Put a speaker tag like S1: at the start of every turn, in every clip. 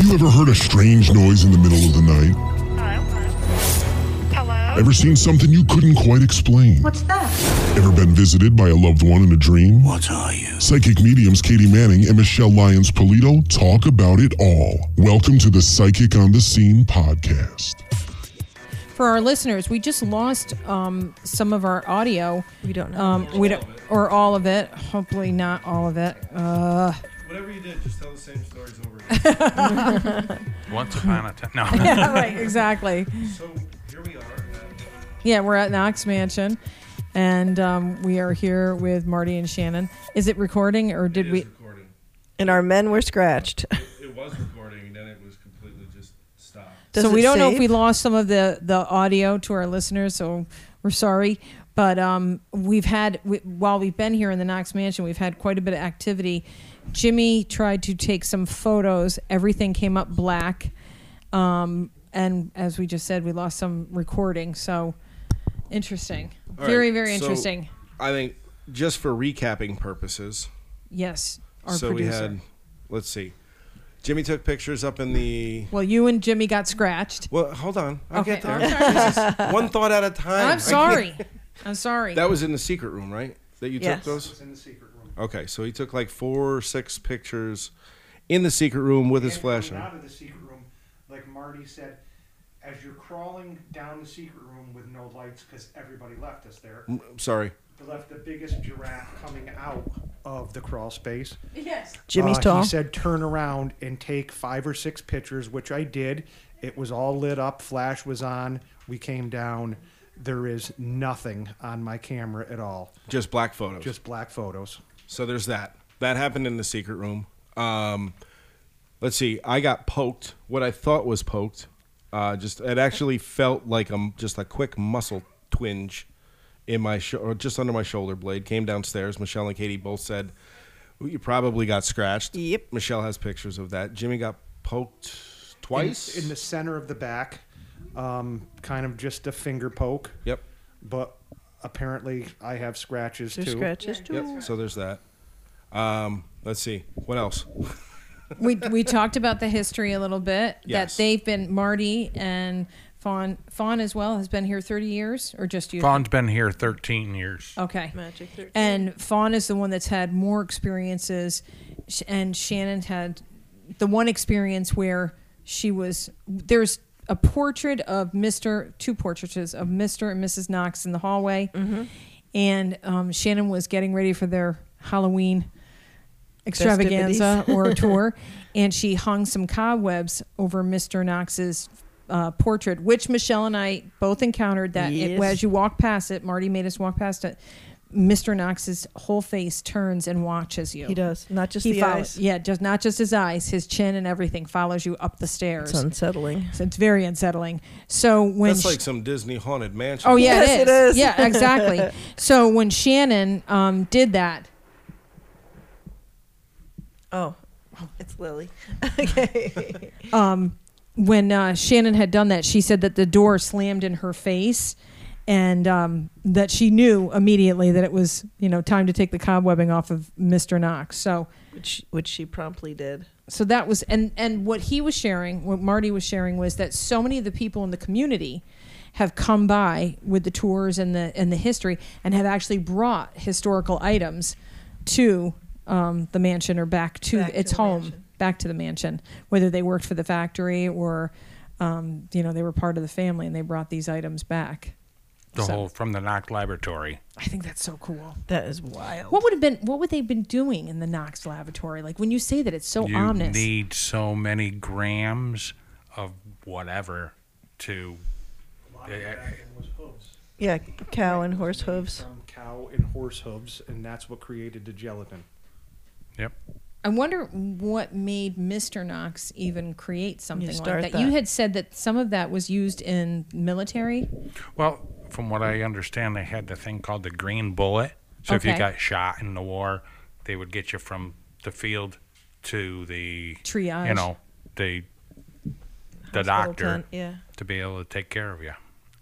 S1: you ever heard a strange noise in the middle of the night?
S2: Hello? Hello?
S1: Ever seen something you couldn't quite explain?
S3: What's that?
S1: Ever been visited by a loved one in a dream?
S4: What are you?
S1: Psychic mediums Katie Manning and Michelle Lyons Polito talk about it all. Welcome to the Psychic on the Scene podcast.
S5: for our listeners, we just lost um, some of our audio.
S6: We don't know.
S5: Um, we don't, or all of it. Hopefully, not all of it. Uh,
S7: Whatever you did, just tell the same stories over again.
S4: Once upon a time. No.
S5: yeah, right. Exactly.
S7: so here we are. At,
S5: Yeah, we're at Knox Mansion, and um, we are here with Marty and Shannon. Is it recording, or did
S7: it
S5: we?
S7: is recording.
S6: And our men were scratched.
S7: It was recording, and then it was completely just stopped.
S6: Does
S5: so we
S6: it
S5: don't know if we
S6: save?
S5: lost some of the the audio to our listeners so we're sorry but um, we've had we, while we've been here in the knox mansion we've had quite a bit of activity jimmy tried to take some photos everything came up black um, and as we just said we lost some recording so interesting
S7: All
S5: very
S7: right,
S5: very
S7: so
S5: interesting
S7: I think just for recapping purposes,
S5: yes our
S7: so
S5: producer
S7: we had, let's see, Jimmy took pictures up in the.
S5: well you and jimmy got scratched
S7: Well, hold on. I'll
S5: okay
S7: get
S5: i'm
S7: there.
S5: sorry
S7: One thought at a time.
S5: i'm sorry i'm sorry
S7: That was in the secret room, right? That you
S6: Yes.
S7: took those? in the secret room. Okay, so he took like four or six pictures in the secret room with his
S8: and coming
S7: flashlight.
S8: out of the secret room, like Marty said, as you're crawling down the secret room with no lights because everybody left us there,
S7: I'm Sorry.
S8: they left the biggest giraffe coming out of the crawl space.
S5: yes
S6: Jimmy's
S8: Uh,
S6: tall.
S8: He said, "Turn around and take five or six pictures," which I did. It was all lit up. Flash was on. We came down. There is nothing on my camera at all.
S7: Just black photos.
S8: Just black photos.
S7: So there's that. That happened in the secret room. Um, let's see. I got poked. What I thought was poked. Uh, just it actually felt like um just a quick muscle twinge in my sho- or just under my shoulder blade. Came downstairs. Michelle and Katie both said, "Ooh, "You probably got scratched."
S6: Yep.
S7: Michelle has pictures of that. Jimmy got poked twice.
S8: in, in the center of the back, um, kind of just a finger poke.
S7: Yep.
S8: But apparently, I have scratches
S6: There's
S8: too.
S6: scratches too.
S7: Yep. So there's that. Um, let's see. What else?
S5: we we talked about the history a little bit
S7: Yes.
S5: that they've been Marty and Fawn Fawn as well has been here 30 years or just you
S4: Fawn's been here 13 years.
S5: okay
S6: Magic 13.
S5: and Fawn is the one that's had more experiences Sh- and Shannon had the one experience where she was there's a portrait of Mr. two portraits of Mr. and Mrs. Knox in the hallway
S6: Mm-hmm.
S5: and um, Shannon was getting ready for their Halloween extravaganza or tour, and she hung some cobwebs over Mr. Knox's uh, portrait, which Michelle and I both encountered. That it,
S6: Yes.
S5: as you walk past it, Marty made us walk past it. Mr. Knox's whole face turns and watches you.
S6: He does. Not just
S5: He
S6: the
S5: follows,
S6: eyes.
S5: yeah, just not just his eyes, his chin and everything follows you up the stairs.
S6: It's unsettling.
S5: So it's very unsettling. So when
S7: That's
S5: sh-
S7: like some Disney haunted mansion.
S5: Oh yeah,
S6: Yes,
S5: it,
S6: it
S5: is.
S6: is.
S5: Yeah, exactly. so when Shannon um, did that,
S6: Oh, it's Lily. okay.
S5: when uh, Shannon had done that, she said that the door slammed in her face, and um, that she knew immediately that it was you know time to take the cobwebbing off of Mister Knox. So
S6: Which which she promptly did.
S5: so that was and and what he was sharing, what Marty was sharing was that so many of the people in the community have come by with the tours and the and the history and have actually brought historical items to um, the mansion or back to
S6: Back to
S5: its
S6: the
S5: home
S6: mansion.
S5: back to the mansion, whether they worked for the factory or, um, you know, they were part of the family and they brought these items back.
S4: The
S5: So-
S4: whole from the Knock Laboratory.
S5: I think that's so cool.
S6: That is wild.
S5: What would have been? What would they have been doing in the Knox laboratory? Like when you say that, it's so
S4: you
S5: ominous.
S4: need so many grams of whatever to.
S8: A lot of
S4: Yeah,
S8: that was hooves.
S6: Yeah, cow and horse hooves.
S8: From cow and horse hooves, and that's what created the gelatin.
S4: Yep.
S5: I wonder what made Mister Knox even create something like
S6: start
S5: that.
S6: that.
S5: You had said that some of that was used in military.
S4: Well, from what I understand, they had the thing called the green bullet. So if
S5: Okay.
S4: you got shot in the war, they would get you from the field to the
S5: Triage.
S4: You know, the the
S6: Hospital
S4: doctor
S6: tent, yeah.
S4: to be able to take care of you.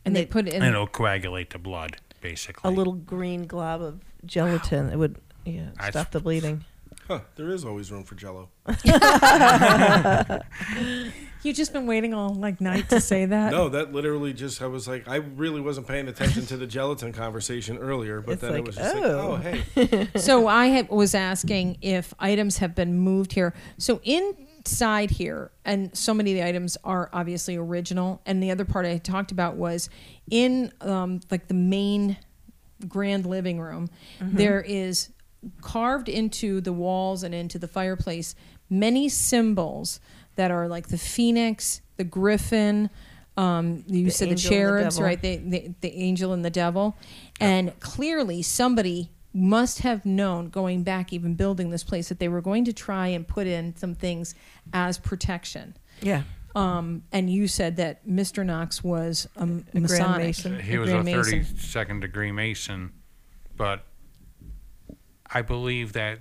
S5: And they,
S6: they-
S5: put it in.
S4: And it'll coagulate the blood, basically.
S6: A little green glob of gelatin. It would yeah
S4: I-
S6: stop the bleeding.
S7: Huh, there is always room for jello.
S5: You've just been waiting all like night to say that.
S7: No, that literally just, I was like, I really wasn't paying attention to the gelatin conversation earlier, but
S6: It's
S7: then
S6: like,
S7: it was just
S6: oh.
S7: like, oh, hey.
S5: So I had, was asking if items have been moved here. So inside here, and so many of the items are obviously original. And the other part I had talked about was in um, like the main grand living room,
S6: Mm-hmm.
S5: there is carved into the walls and into the fireplace many symbols that are like the phoenix, the griffin. Um, you
S6: The
S5: said the
S6: angel and the
S5: cherubs,
S6: devil.
S5: right? the, the, the angel and the devil. And clearly, somebody must have known going back, even building this place, that they were going to try and put in some things as protection.
S6: Yeah.
S5: Um, and you said that Mr. Knox was a, m-
S6: Grand
S5: Masonic.
S6: Mason.
S4: He
S5: a
S4: was a
S5: Grand Mason.
S4: 32nd degree Mason, but I believe that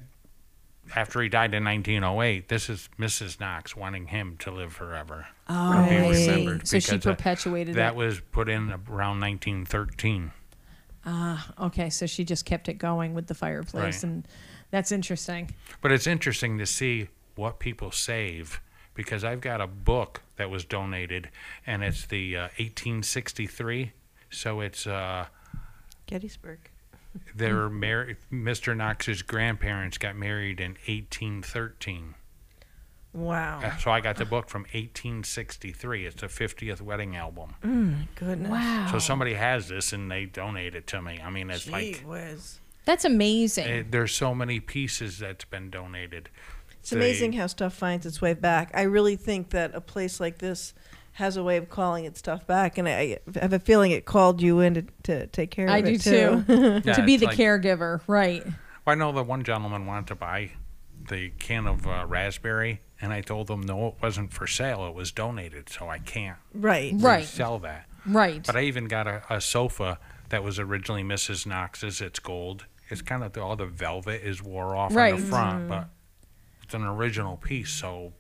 S4: after he died in 1908, this is Mrs. Knox wanting him to live forever.
S5: Oh,
S4: be
S5: I see.
S4: remembered
S5: So she
S4: because, uh,
S5: perpetuated
S4: That
S5: it.
S4: was put in around 1913.
S5: Okay, so she just kept it going with the
S4: Right.
S5: fireplace, and that's interesting.
S4: But it's interesting to see what people save because I've got a book that was donated and it's the uh, 1863. So it's uh,
S6: Gettysburg.
S4: their
S6: Mm-hmm.
S4: mar- Mr. Knox's grandparents got married in 1813.
S6: Wow.
S4: Uh, So I
S6: Oh.
S4: got the book from 1863. It's a 50th wedding album.
S6: Goodness.
S4: So somebody has this and they donate it to me. I mean, it's
S6: Gee
S4: like
S6: whiz.
S5: That's amazing.
S4: eh, there's so many pieces that's been donated.
S6: It's
S4: They-
S6: amazing how stuff finds its way back. I really think that a place like this has a way of calling its stuff back, and I I have a feeling it called you in to, to take care of
S5: I
S6: it
S5: do too.
S4: Yeah,
S5: to be
S4: it's
S5: the
S4: like-
S5: caregiver, right?
S4: I know that one gentleman wanted to buy the can of uh, raspberry, and I told him no, it wasn't for sale. It was donated, so I can't
S6: Right.
S5: Right.
S4: sell that.
S5: Right.
S4: But I even got a, a sofa that was originally Mrs. Knox's. It's gold. It's kind of the, all the velvet is wore off on
S5: Right.
S4: the
S6: Mm-hmm.
S4: front, but it's an original piece, so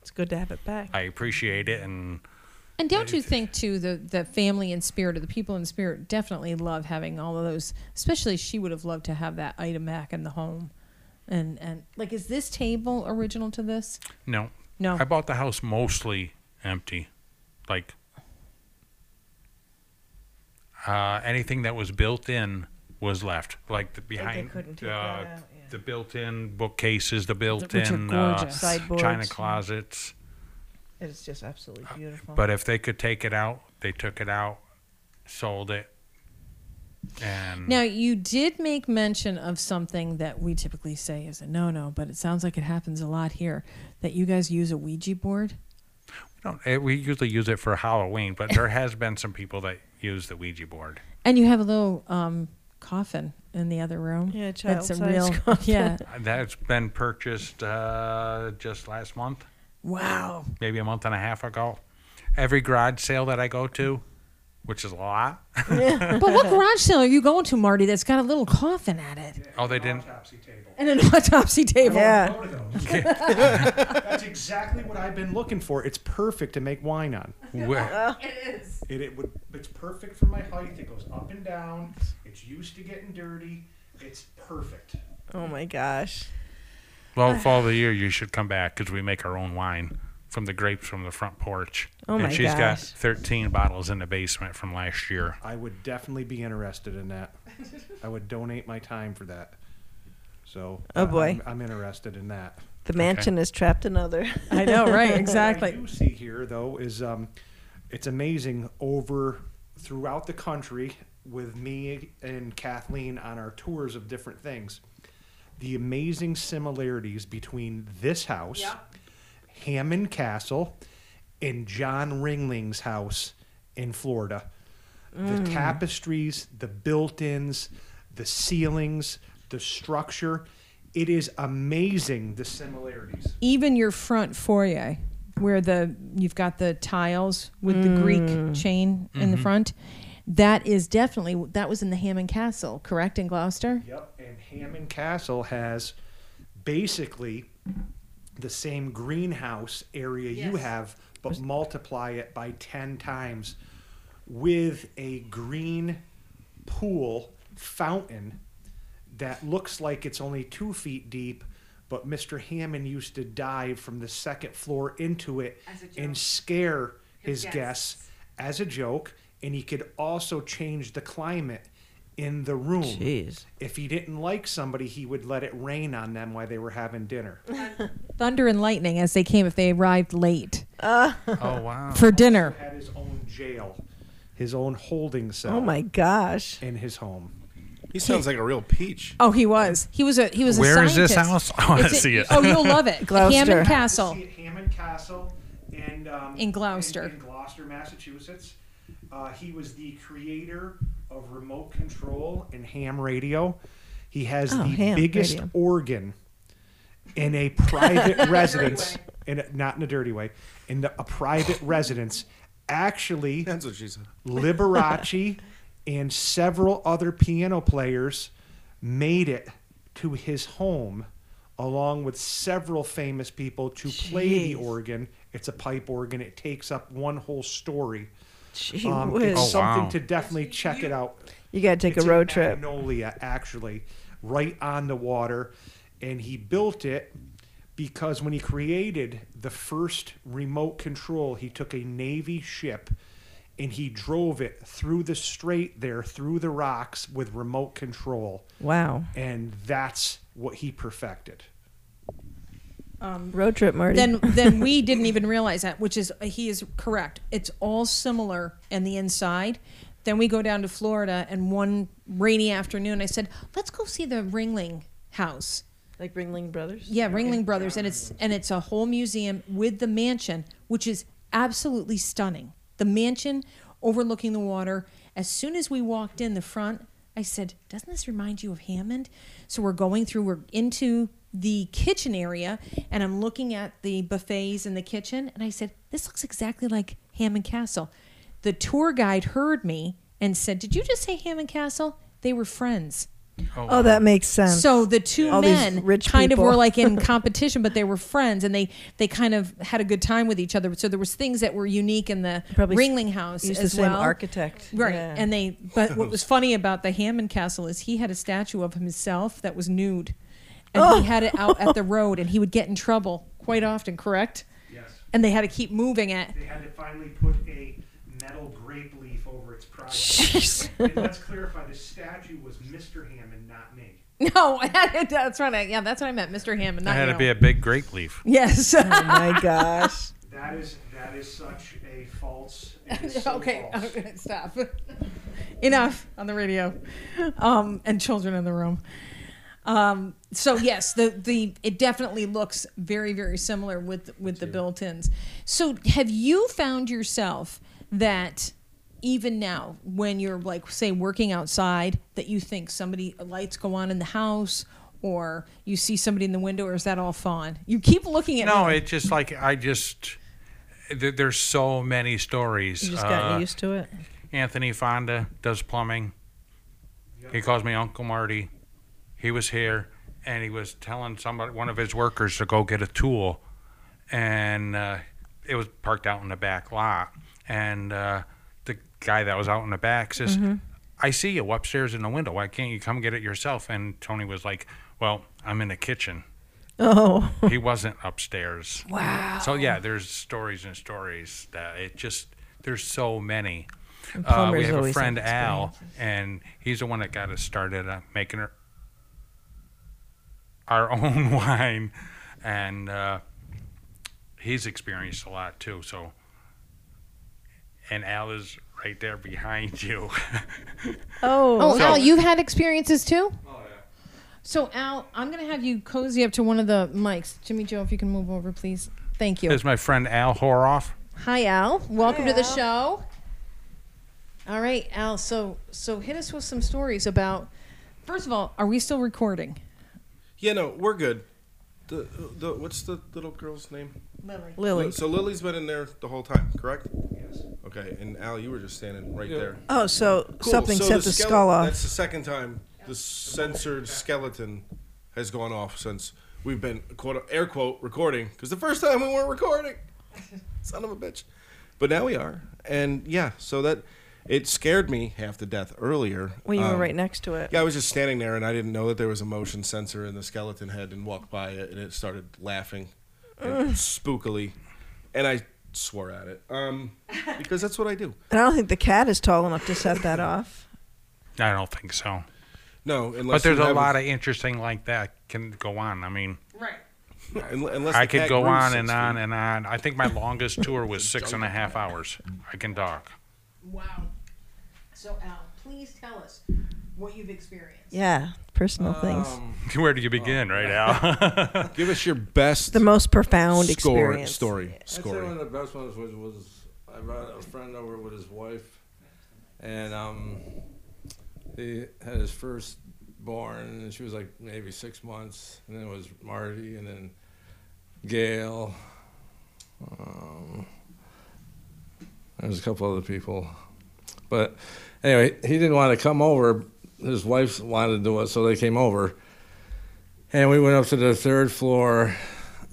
S6: It's good to have it back.
S4: I appreciate it. And
S5: And don't you think too the the family and spirit of the people in spirit definitely love having all of those. Especially she would have loved to have that item back in the home, and and like is this table original to this?
S4: no,
S6: Oh.
S5: No.
S4: I bought the house mostly empty, like uh, anything that was built in was left, like the behind
S6: couldn't take
S4: uh,
S6: that out, yeah.
S4: the built-in bookcases, the
S5: Which are
S4: built-in uh,
S5: gorgeous.
S4: china
S6: Sideboards.
S4: closets.
S6: It's just absolutely beautiful.
S4: But if they could take it out, they took it out, sold it, and
S5: Now you did make mention of something that we typically say is a no no, but it sounds like it happens a lot here. That you guys use a Ouija board.
S4: no, eh, we usually use it for Halloween. But there has been some people that use the Ouija board.
S5: And you have a little um, coffin in the other room.
S6: Yeah, a
S5: That's a
S6: child-sized
S5: real
S6: coffin.
S5: yeah.
S4: That's been purchased uh, just last month.
S5: Wow.
S4: maybe a month and a half ago. Every garage sale that I go to, which is a lot,
S5: but what garage sale are you going to, Marty? That's got a little coffin at it
S4: oh they didn't.
S8: Autopsy table.
S5: and an autopsy table.
S6: yeah.
S8: Photo those. That's exactly what I've been looking for. It's perfect to make wine on.
S4: Wh-
S8: It, it would. It's perfect for my height. It goes up and down. It's used to getting dirty. It's perfect.
S6: Oh my gosh.
S4: Well, fall of the year, you should come back because we make our own wine from the grapes from the front porch.
S6: Oh
S4: and
S6: my
S4: she's got
S6: gosh.
S4: 13 bottles in the basement from last year.
S8: I would definitely be interested in that. I would donate my time for that. So.
S6: Oh, boy.
S8: I'm, I'm interested in that.
S6: The mansion is trapped another.
S5: I know, right?
S8: What I
S5: Exactly.
S8: do see here, though, is um, it's amazing over throughout the country with me and Kathleen on our tours of different things. The amazing similarities between this house, Hammond Castle, and John Ringling's house in Florida. The tapestries, the built ins, the ceilings, the structure. It is amazing the similarities.
S5: Even your front foyer, where the you've got the tiles with the
S4: Mm.
S5: Greek chain in
S4: Mm-hmm.
S5: the front, that is definitely that was in the Hammond Castle, correct in Gloucester.
S8: Yep, and Hammond Castle has basically the same greenhouse area you have, but multiply it by 10 times with a green pool fountain that looks like it's only two feet deep, But Mr. Hammond used to dive from the second floor into it
S3: As a joke.
S8: and scare his
S3: His
S8: guests.
S3: guests.
S8: as a joke, and he could also change the climate in the room.
S6: Jeez.
S8: If he didn't like somebody, he would let it rain on them while they were having dinner.
S5: Thunder and lightning as they came if they arrived late
S4: Oh wow.
S5: for dinner.
S8: had his own jail, his own holding cell.
S6: Oh my gosh.
S8: In his home.
S7: He sounds like a real peach.
S5: Oh, he was. He was a he was a
S4: Where is
S5: scientist.
S4: this house? I wanna
S5: It's a-
S4: see it.
S5: Oh, you'll love it.
S6: Gloucester.
S5: Hammond Castle.
S8: See at Hammond Castle and um,
S5: In Gloucester.
S8: in, in Gloucester, Massachusetts. Uh, he was the creator of remote control and ham radio. He has
S6: Oh,
S8: the
S6: ham
S8: biggest
S6: radio.
S8: organ in a private residence, in a, not in a dirty way, in the, a private residence. Actually,
S7: That's what she said.
S8: Liberace and several other piano players made it to his home along with several famous people to play the
S6: Jeez.
S8: organ. It's a pipe organ. It takes up one whole story. Um,
S6: Gee
S5: Um,
S8: it's
S6: whiz.
S4: Oh,
S8: something
S4: wow.
S8: to definitely check it out.
S6: you got to take a
S8: It's in
S6: road trip.
S8: Magnolia, actually, right on the water. And he built it because when he created the first remote control, he took a Navy ship and he drove it through the strait there, through the rocks with remote control.
S6: Wow.
S8: And that's what he perfected.
S6: Road trip, Marty.
S5: Then then we didn't even realize that, which is he is correct. It's all similar in the inside. Then we go down to Florida, and one rainy afternoon, I said, "Let's go see the Ringling House."
S6: like Ringling Brothers.
S5: Yeah, Ringling Brothers, and it's and it's a whole museum with the mansion, which is absolutely stunning. The mansion overlooking the water. As soon as we walked in the front, I said, "Doesn't this remind you of Hammond?" So we're going through. We're into the kitchen area, and I'm looking at the buffets in the kitchen, and I said, "This looks exactly like Hammond Castle." The tour guide heard me and said, "Did you just say Hammond Castle?" They were friends.
S6: Oh, that makes sense.
S5: So the two
S6: All these
S5: men
S6: rich
S5: kind
S6: people.
S5: of were like in competition, but they were friends, and they they kind of had a good time with each other. So there was things that were unique in the
S6: Probably
S5: Ringling House
S6: used the
S5: as
S6: same
S5: well.
S6: architect.
S5: right?
S6: Yeah.
S5: And they. But what was funny about the Hammond Castle is he had a statue of himself that was nude, and
S6: Oh.
S5: he had it out at the road, and he would get in trouble quite often. Correct?
S8: Yes.
S5: And they had to keep moving it.
S8: They had to finally put a metal grape leaf over its pride. and let's clarify the statue was Mr. Hammond, not me.
S5: No, that's right. I- Yeah, that's what I meant, Mr. Hammond. Not
S4: That had to
S5: you.
S4: be a big grape leaf.
S5: yes.
S6: oh my gosh.
S8: That is that is such a false. it is so
S5: okay,
S8: false.
S5: okay, stop. Enough on the radio, um, and children in the room. Um, so yes, the the it definitely looks very very similar with with the built-ins. So have you found yourself that even now when you're like say working outside that you think somebody lights go on in the house or you see somebody in the window or is that all fun? You keep looking at
S4: No,
S5: me.
S4: it's just like I just. There, there's so many stories.
S6: You just
S4: Uh,
S6: gotten used to it.
S4: Anthony Fonda does plumbing. He calls me Uncle Marty. He was here and he was telling somebody, one of his workers, to go get a tool, and uh, it was parked out in the back lot. And uh, the guy that was out in the back says, "I see you upstairs in the window. Why can't you come get it yourself?" And Tony was like, "Well, I'm in the kitchen."
S6: Oh,
S4: he wasn't upstairs. Wow. So yeah, there's stories and stories that it just there's so many. Uh, we
S6: plumbers
S4: have a
S6: always have
S4: friend Al, and he's the one that got us started uh, making our, our own wine, and uh, he's experienced a lot too. So, and Al is right there behind you.
S5: Oh,
S6: oh,
S5: Al, you've had experiences too? So, Al, I'm going to have you cozy up to one of the mics. Jimmy Joe, if you can move over, please. Thank you.
S4: There's my friend Al Horoff.
S5: Hi, Al. Welcome
S6: Hi,
S5: to the
S6: Al.
S5: show. All right, Al. So, so hit us with some stories about. First of all, are we still recording?
S7: Yeah, no, we're good. The, the what's the little girl's name?
S5: Lily.
S6: Lily.
S7: So Lily's been in there the whole time, correct?
S8: Yes.
S7: Okay, and Al, you were just standing right there.
S6: Oh, so
S7: Cool,
S6: something
S7: so
S6: set the,
S7: skele-
S6: skull off.
S7: That's the second time the censored skeleton has gone off since we've been quote air quote recording because the first time we weren't recording. Son of a bitch. But now we are, and yeah, so that It scared me half to death earlier.
S6: Well, you were
S7: Um,
S6: right next to it.
S7: Yeah, I was just standing there and I didn't know that there was a motion sensor in the skeleton head and walked by it and it started laughing and spookily. And I swore at it um, because that's what I do.
S6: And I don't think the cat is tall enough to set that off.
S4: I don't think so.
S7: No,
S4: But
S7: unless
S4: there's
S7: you
S4: a
S7: have
S4: lot of interesting like that can go on. I mean,
S5: Right.
S7: unle- unless
S4: I
S7: the
S4: could
S7: cat
S4: go
S7: grew
S4: on
S7: six
S4: and
S7: feet.
S4: on and on. I think my longest tour was six and a half hours. I can talk.
S5: Wow. So Al, please tell us what you've experienced.
S6: Yeah, personal things.
S4: Where do
S7: Oh,
S4: you begin, right, Al?
S7: Give us your best
S6: The most profound
S7: score,
S6: experience.
S7: story.
S3: I'd say one
S7: Scoring.
S3: of the best ones was, was I brought a friend over with his wife, and um, he had his first born, and she was like maybe six months, and then it was Marty, and then Gail. Um, there was a couple other people, but anyway, he didn't want to come over. His wife wanted to do it, so they came over. And we went up to the third floor,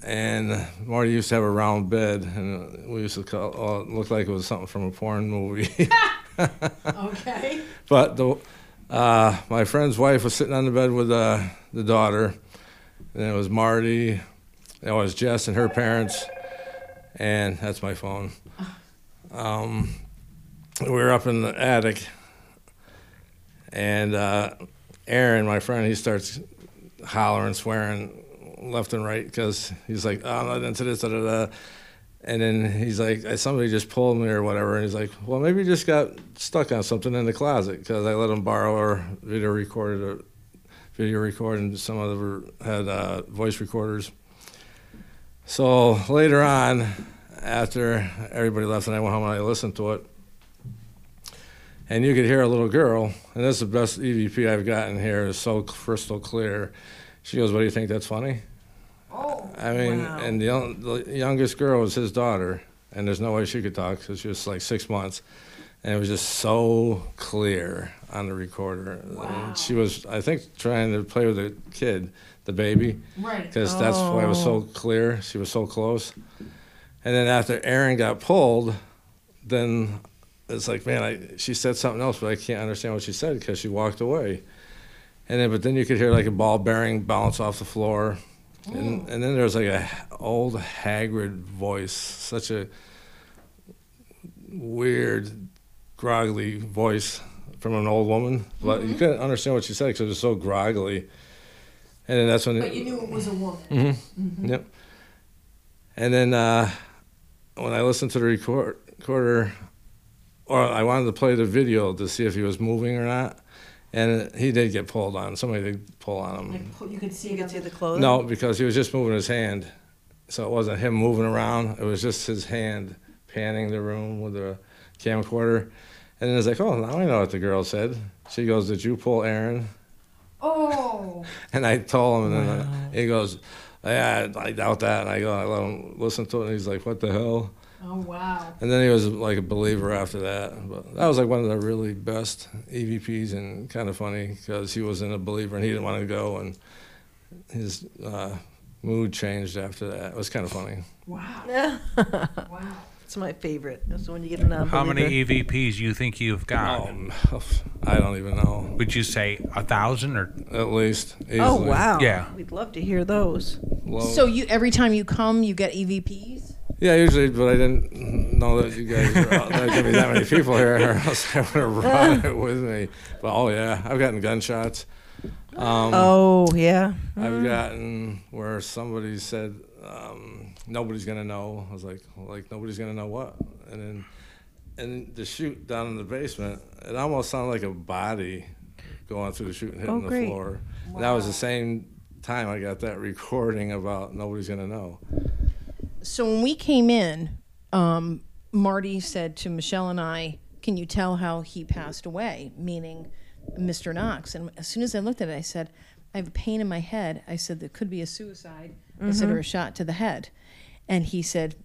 S3: and Marty used to have a round bed, and we used to call oh, it looked like it was something from a porn movie.
S5: Okay.
S3: but the, uh, my friend's wife was sitting on the bed with uh, the daughter, and it was Marty, it was Jess and her parents, and that's my phone. Um, we were up in the attic, and uh, Aaron, my friend, he starts hollering, swearing left and right because he's like, oh, I'm not into this, da da da. And then he's like, somebody just pulled me or whatever. And he's like, well, maybe you just got stuck on something in the closet because I let him borrow our video recorder, video record, and some other had uh, voice recorders. So later on, after everybody left and I went home and I listened to it, and you could hear a little girl, and that's the best EVP I've gotten here is so crystal clear. She goes, "What do you think? That's funny." Oh, I mean,
S6: wow.
S3: and the, young- the youngest girl was his daughter, and there's no way she could talk because she was like six months, and it was just so clear on the recorder. And she was, I think, trying to play with the kid, the baby,
S5: Right.
S3: because that's why it was so clear. She was so close. And then after Aaron got pulled, then it's like, man, I, she said something else, but I can't understand what she said because she walked away. And then, but then you could hear like a ball bearing bounce off the floor, and and then there was like a h- old haggard voice, such a weird, groggly voice from an old woman, but you couldn't understand what she said because it was so groggly. And then that's when
S5: But you knew it was a woman.
S3: Yep. And then uh, when I listened to the record, recorder, or I wanted to play the video to see if he was moving or not, and he did get pulled on. Somebody did pull on him.
S5: Like, you could see
S6: You
S5: it. on
S6: can see the clothes.
S3: No, because he was just moving his hand, so it wasn't him moving around. It was just his hand panning the room with a camcorder. And then it's like, oh, now I know what the girl said. She goes, "Did you pull Aaron?"
S5: Oh.
S3: And I told him, and then uh, he goes, "Yeah, I I doubt that." And I go, "I let him listen to it." And he's like, "What the hell?"
S5: Oh wow.
S3: And then he was like a believer after that. But that was like one of the really best EVPs and kind of funny because he wasn't a believer and he didn't want to go, and his uh, mood changed after that. It was kind of funny.
S5: Wow. Wow.
S6: It's my favorite. That's when you get uh, a non
S4: How many EVPs you think you've got?
S3: Um, I don't even know.
S4: Would you say a thousand or
S3: At least. Easily.
S6: Oh, wow.
S4: Yeah.
S6: We'd love to hear those.
S3: Low.
S5: So you every time you come, you get E EVPs.
S3: yeah, usually, but I didn't know that you guys were out there going to be that many people here, or else I would have brought it with me. But oh yeah, I've gotten gunshots. Um,
S6: Oh, yeah.
S3: I've gotten where somebody said um, nobody's gonna know. I was like, like nobody's gonna know what, and then and the chute down in the basement, it almost sounded like a body going through the chute and hitting
S6: Oh,
S3: the
S6: great.
S3: floor. And that was the same time I got that recording about nobody's gonna know.
S5: So when we came in, um, Marty said to Michelle and I, "Can you tell how he passed away?" Meaning, Mr. Knox. And as soon as I looked at it, I said, "I have a pain in my head." I said, "That could be a suicide." I said, "Or a shot to the head," and he said,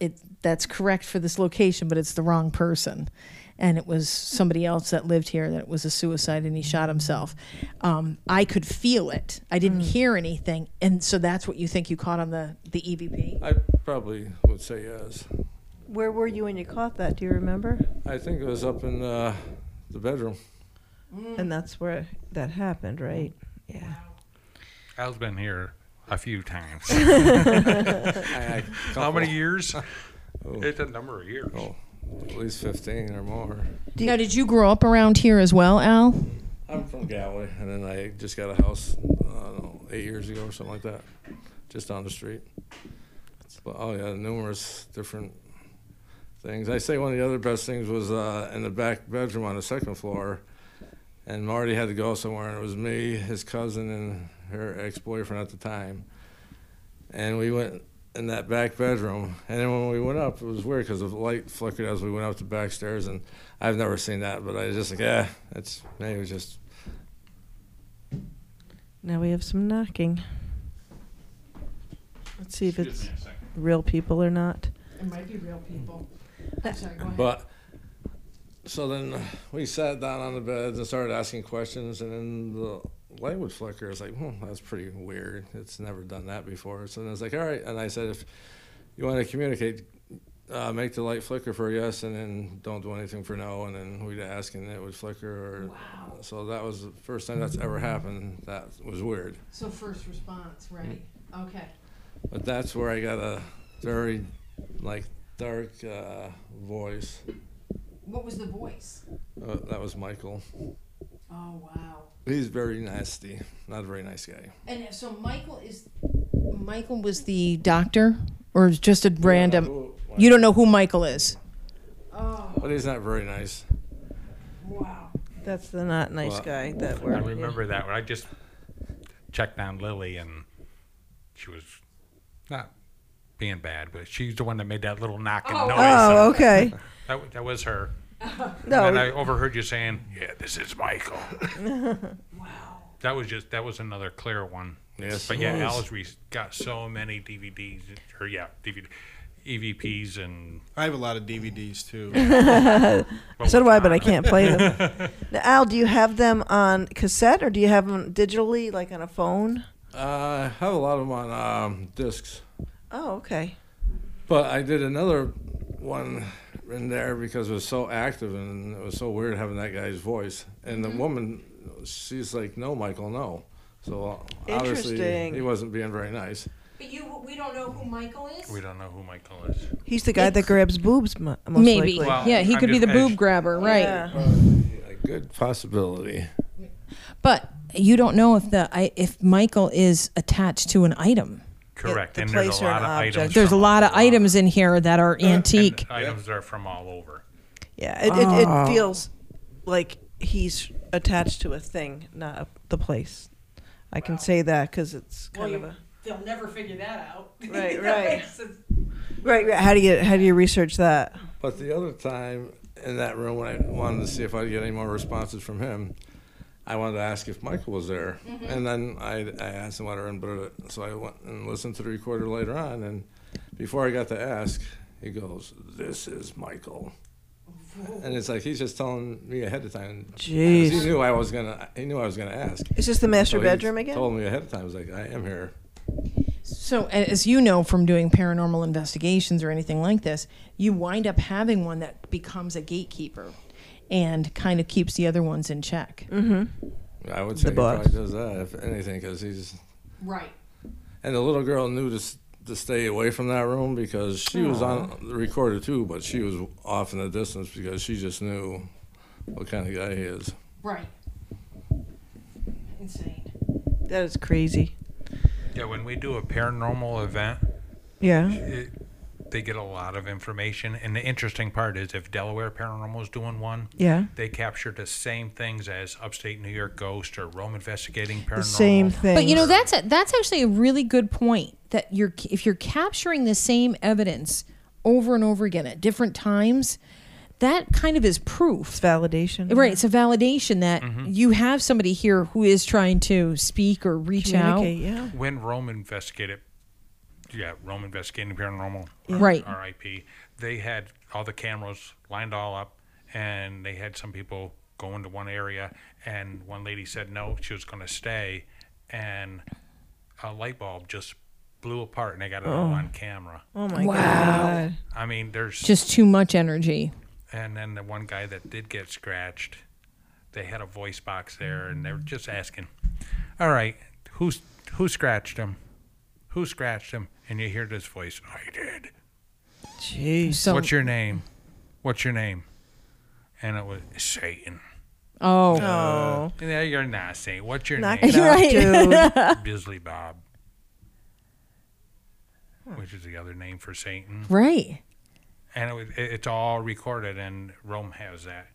S5: it that's correct for this location, but it's the wrong person. And it was somebody else that lived here that it was a suicide and he shot himself. Um, I could feel it. I didn't hear anything. E And so that's what you think you caught on the, the EVP?
S3: I probably would say yes.
S6: Where were you when you caught that? Do you remember?
S3: I think it was up in uh, the bedroom.
S6: Mm. And that's where that happened, right? Yeah.
S4: Al's been here a few times.
S3: I, I,
S4: How many years? It's a number of years.
S3: Oh, at least 15 or more.
S5: now, did you grow up around here as well, Al?
S3: I'm from Galway, and then I just got a house I don't know, eight years ago or something like that, just down the street. But, oh yeah, numerous different things. I say one of the other best things was uh, in the back bedroom on the second floor, and Marty had to go somewhere, and it was me, his cousin, and her ex-boyfriend at the time, and we went in that back bedroom. And then when we went up, it was weird because the light flickered as we went up the back stairs, and I've never seen that, but I was just like, yeah, that's maybe it was just
S6: Now we have some knocking. Let's see if it's real people or not.
S5: It might be real people.
S3: But so then uh, we sat down on the beds and started asking questions, and then the light would flicker. It's like, hmm, that's pretty weird. It's never done that before. So then I was like, all right. And I said, if you want to communicate, uh, make the light flicker for yes, and then don't do anything for no. And then we'd ask, and it would flicker. Or, wow. So that was the first time that's ever happened. That was weird.
S5: So first response, right? Okay.
S3: But that's where I got a very, like, dark uh, voice.
S5: What was the voice?
S3: Uh, that was Michael.
S5: Oh wow.
S3: He's very nasty. Not a very nice guy.
S5: And uh, so Michael is Michael was the doctor or is just a random
S3: who-
S5: You don't know who Michael is. Oh,
S3: But he's not very nice.
S5: wow.
S6: That's the not nice
S3: Well,
S6: guy that
S4: I
S6: we're.
S4: remember that. When I just checked on Lily, and she was not being bad, but she's the one that made that little knocking noise.
S6: Oh, okay.
S4: That, wa- that was her. And I
S5: Oh.
S6: No,
S4: overheard you saying, "Yeah, this is Michael." wow. That was just that was another clear one.
S3: Yes,
S4: But
S3: it
S4: yeah,
S3: was.
S4: Alice Reese got so many DVDs or yeah, DVD, EVPs E and
S7: I have a lot of DVDs too.
S6: so do I, but I can't play them. Now, Al, do you have them on cassette or do you have them digitally, like on a phone?
S3: Uh, I have a lot of them on um, discs.
S6: Oh, okay.
S3: But I did another one in there because it was so active and it was so weird having that guy's voice. And the woman, she's like, no, Michael, no. So obviously,
S6: Interesting.
S3: he wasn't being very nice.
S5: But you we don't know who Michael is?
S4: we don't know who Michael is.
S6: He's the guy that grabs boobs, mo- most
S5: Maybe.
S6: likely.
S4: Well,
S5: yeah, he
S4: I'm
S5: could be the
S4: just
S5: boob
S4: edge-
S5: grabber, right?
S6: Yeah.
S3: A good possibility.
S5: But you don't know if the I- if Michael is attached to an item.
S4: Correct.
S6: the
S4: and there's
S6: place
S4: a
S6: or
S4: lot
S6: an
S4: of
S6: object.
S4: items.
S5: There's a
S4: from
S5: lot of
S4: all over.
S5: items in here that are
S4: And
S5: antique.
S4: Items are from all over.
S6: Yeah, it, it, it feels like he's attached to a thing, not a, the place. I can say that because it's kind of a
S5: They'll never figure that out.
S6: Right, right. right, right. How do you how do you research that?
S3: But the other time in that room, when I wanted to see if I'd get any more responses from him, I wanted to ask if Michael was there. And then I, I asked him whatever, and but it- so I went and listened to the recorder later on. And before I got to ask, he goes, "This is Michael," and it's like he's just telling me ahead of time. 'cause he
S6: Jeez,
S3: knew I was gonna. He knew I was gonna ask.
S6: is this the master
S3: So he
S6: bedroom again?
S3: Told me ahead of time. I was like, "I am here."
S5: So, a- as you know from doing paranormal investigations or anything like this, you wind up having one that becomes a gatekeeper and kind of keeps the other ones in check.
S3: I would say he
S6: boss.
S3: probably does that if anything, because he's
S5: Right.
S3: And the little girl knew to, s- to stay away from that room because she was on the recorder too, but she was off in the distance because she just knew what kind of guy he is.
S5: Right. Insane.
S6: That is crazy.
S4: Yeah, when we do a paranormal event,
S6: Yeah,
S4: it, they get a lot of information. And the interesting part is if Delaware Paranormal is doing one,
S6: yeah.
S4: they capture the same things as Upstate New York Ghost or Rome Investigating Paranormal.
S6: The same thing.
S5: But you know that's a, that's actually a really good point that you're if you're capturing the same evidence over and over again at different times, that kind of is proof.
S6: it's validation.
S5: Right, it's a validation that you have somebody here who is trying to speak or reach out.
S6: Communicate. Yeah.
S4: When Rome Investigated, yeah, Rome Investigating Paranormal, uh,
S5: Right.
S4: RIP, they had all the cameras lined all up and they had some people go into one area. And one lady said no, she was going to stay. And a light bulb just blew apart and they got it all on camera.
S6: Oh my wow. god.
S4: I I mean, there's
S5: just too much energy.
S4: and then the one guy that did get scratched, they had a voice box there, and they were just asking, "All right, who's who scratched him? Who scratched him?" And you hear this voice, "I did."
S6: Jeez.
S5: So,
S4: What's your name? What's your name? And it was Satan.
S5: oh,
S6: Oh,
S4: And there you're not Satan. What's Uh, your
S6: knock
S4: name?
S6: it off,
S5: Right.
S6: dude.
S4: Bisley Bob, which is the other name for Satan.
S5: right.
S4: And it, was- it, it's all recorded, and Rome has that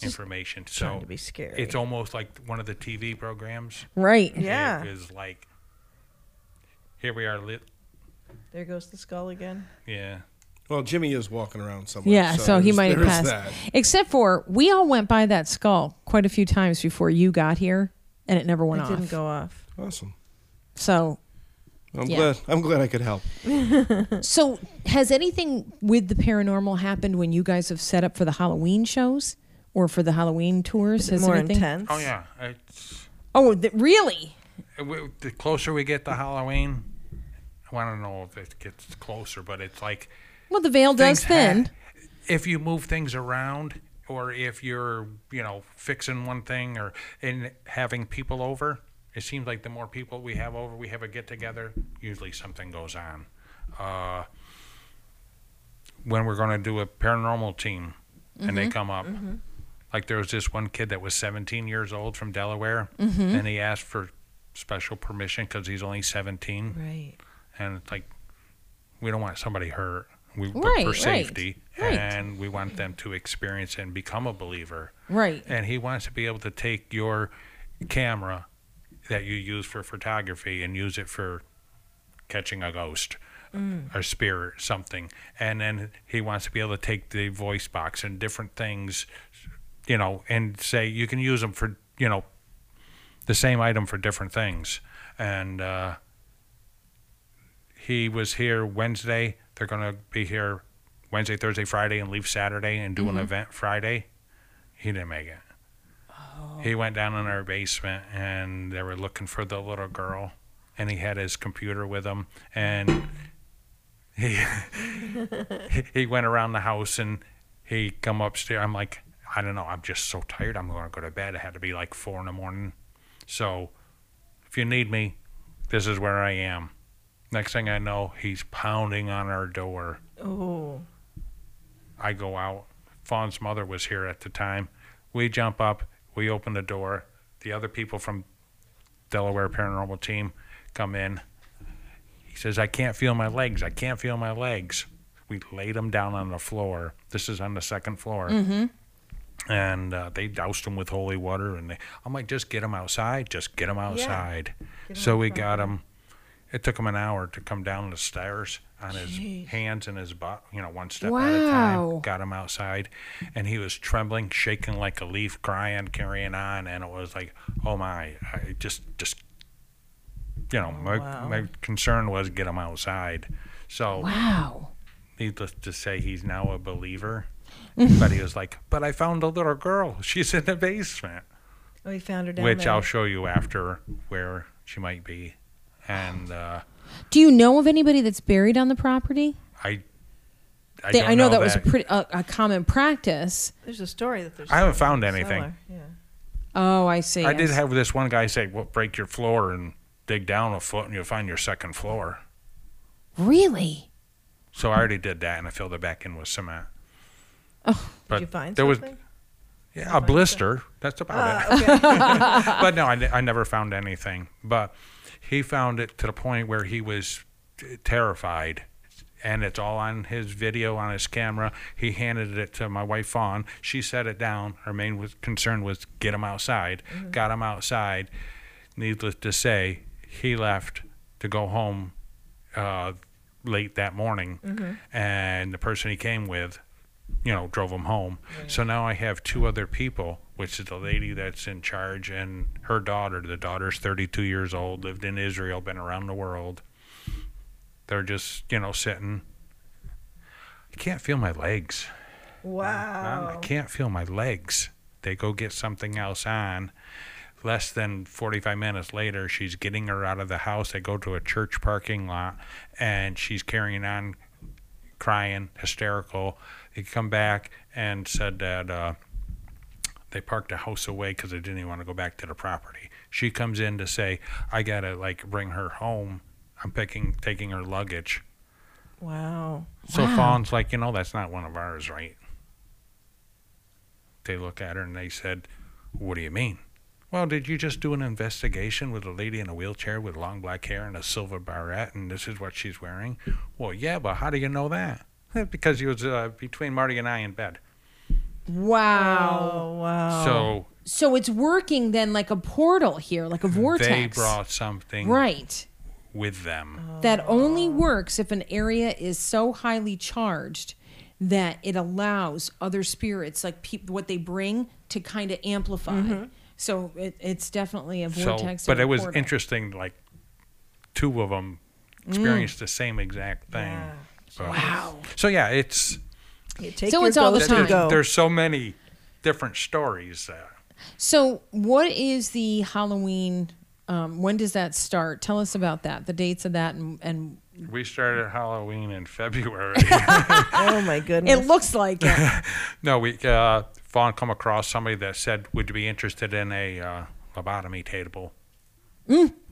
S4: information. So
S6: Trying to be scary.
S4: it's almost like one of the TV programs.
S5: Right.
S6: yeah.
S4: It is like, here we are lit.
S6: There goes the skull again.
S4: Yeah.
S7: Well, Jimmy is walking around somewhere.
S5: Yeah, so, he
S7: there's-
S5: might have
S7: there is
S5: passed.
S7: that.
S5: Except for we all went by that skull quite a few times before you got here, and it never went
S6: it
S5: off.
S6: didn't go off.
S7: Awesome.
S5: So,
S7: I'm
S5: Yeah.
S7: glad. I'm glad I could help.
S5: so has anything with the paranormal happened when you guys have set up for the Halloween shows or for the Halloween tours? Has
S6: More
S5: anything-
S6: intense.
S4: Oh, yeah. It's,
S5: Oh, th- really?
S4: it, we, the closer we get to Halloween, I want to know if it gets closer, but it's like,
S5: Well, the veil does
S4: things
S5: thin.
S4: ha- if you move things around or if you're you know fixing one thing or in having people over it seems like the more people we have over we have a get together usually something goes on uh, when we're going to do a paranormal team and
S5: Mm-hmm.
S4: they come up like there was this one kid that was 17 years old from delaware
S5: Mm-hmm.
S4: and he asked for special permission because he's only 17
S6: Right.
S4: and it's like we don't want somebody hurt we, but
S5: Right,
S4: for
S5: right,
S4: safety
S5: right.
S4: and we want them to experience and become a believer
S5: Right.
S4: and he wants to be able to take your camera that you use for photography and use it for catching a ghost or spirit something and then he wants to be able to take the voice box and different things you know and say you can use them for you know the same item for different things and uh, he was here wednesday they're going to be here wednesday thursday friday and leave saturday and do an event friday he didn't make it he went down in our basement and they were looking for the little girl and he had his computer with him and he he went around the house and he come upstairs i'm like i don't know i'm just so tired i'm going to go to bed it had to be like four in the morning so if you need me this is where i am next thing i know he's pounding on our door
S6: Oh.
S4: I go out. Fawn's mother was here at the time. We jump up, we open the door. The other people from Delaware Paranormal Team come in. He says, I can't feel my legs. I can't feel my legs. We laid him down on the floor. This is on the second floor. And uh, they doused him with holy water. And they, I'm like, just get him outside. Just get him outside. so we got him. It took him an hour to come down the stairs on his hands and his butt, you know, one step at a
S5: Wow.
S4: time. Got him outside. And he was trembling, shaking like a leaf, crying, carrying on. And it was like, oh my, I just, just, you know,
S5: Oh,
S4: my, my concern was get him outside. So
S5: Wow.
S4: needless to say, he's now a believer. but he was like, "But I found a little girl. She's in the basement,"
S6: Oh, he found her down
S4: which
S6: there.
S4: I'll show you after where she might be. And uh,
S5: Do you know of anybody that's buried on the property?
S4: I, I,
S5: They-
S4: don't
S5: know,
S4: know
S5: that, was a pretty a, a common practice.
S6: There's a story that there's.
S4: I haven't found
S6: something in the
S4: anything.
S6: cellar.
S5: Oh, I see.
S4: I did
S5: see.
S4: have this one guy say, "Well, break your floor and dig down a foot, and you'll find your second floor."
S5: really.
S4: So I already did that, and I filled it back in with cement. Oh,
S6: Yeah. Did you find
S4: there was
S6: something?
S4: yeah, a blister. That's about it.
S6: Okay.
S4: but no, I, ne- I never found anything. But he found it to the point where he was t- terrified. And it's all on his video, on his camera. He handed it to my wife, Fawn. She set it down. Her main was, concern was get him outside. Got him outside. Needless to say, he left to go home uh, late that morning. And the person he came with you know, drove him home. So now I have two other people, which is the lady that's in charge and her daughter. The daughter's 32 years old, lived in Israel, been around the world. They're just, you know, sitting. I can't feel my legs. Mom, I
S6: wow.
S4: can't feel my legs. They go get something else on. Less than 45 minutes later, she's getting her out of the house. They go to a church parking lot and she's carrying on crying, hysterical. He come back and said that uh, they parked the house away because they didn't even want to go back to the property. She comes in to say, "I gotta like bring her home. I'm picking taking her luggage."
S6: Wow.
S4: So Fawn's like, you know, that's not one of ours, right? They look at her and they said, What do you mean? Well, did you just do an investigation with a lady in a wheelchair with long black hair and a silver barrette and this is what she's wearing? Well, yeah, but how do you know that? because he was uh, between Marty and I in bed.
S5: Wow.
S6: Oh wow.
S4: So
S5: So it's working then like a portal here, like a vortex.
S4: they brought something
S5: right. Oh,
S4: with them.
S5: That only works if an area is so highly charged that it allows other spirits, like peop what they bring, to kind of amplify. So it, it's definitely a
S4: Mm-hmm. So,
S5: vortex. or
S4: but
S5: a
S4: it was
S5: portal.
S4: interesting, like, two of them experienced the same exact thing. So-
S5: Mm. Wow.
S4: So, yeah, it's.
S6: You take
S5: So
S6: your
S5: it's all the
S6: ghost
S5: time.
S6: and go.
S4: There's so many different stories. Uh,
S5: So, what is the Halloween? Um, when does that start? Tell us about that, the dates of that, and, and
S4: we started Halloween in February.
S6: Oh my goodness.
S5: it looks like it.
S4: no, we uh, Vaughn come across somebody that said, "Would you be interested in a uh, lobotomy table,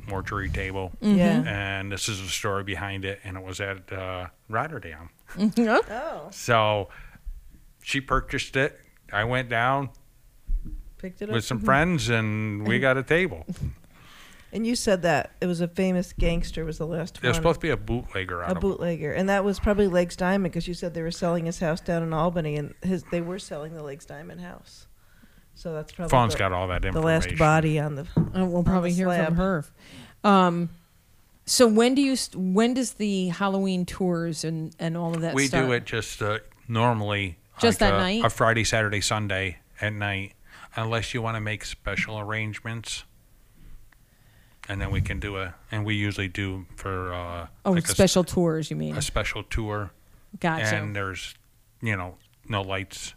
S4: mortuary table?"
S6: Mm. Mm-hmm. yeah.
S4: And this is the story behind it, and it was at uh, Rotterdam.
S6: Oh.
S4: So she purchased it. I went down
S6: Picked it up.
S4: with some friends, and we got a table.
S6: And you said that it was a famous gangster was the last
S4: It was
S6: one.
S4: supposed to be a bootlegger out
S6: a
S4: of
S6: bootlegger, and that was probably Legs Diamond because you said they were selling his house down in Albany, and his they were selling the Legs Diamond house. So that's probably
S4: Fawn's
S6: the,
S4: got all that
S6: the
S4: information.
S6: last body on the.
S5: Uh, we'll probably
S6: the
S5: hear from
S6: slab.
S5: her. Um, so, when do you? st- When does the Halloween tours and and all of that?
S4: we
S5: start?
S4: do it just uh, normally
S5: Just
S4: like uh,
S5: that
S4: a,
S5: night?
S4: a friday saturday sunday at night unless you want to make special arrangements and then we can do a and we usually do for uh
S5: Oh,
S4: like a s-
S5: special tours. You mean?
S4: a, special tour
S5: Gotcha.
S4: and there's you know no lights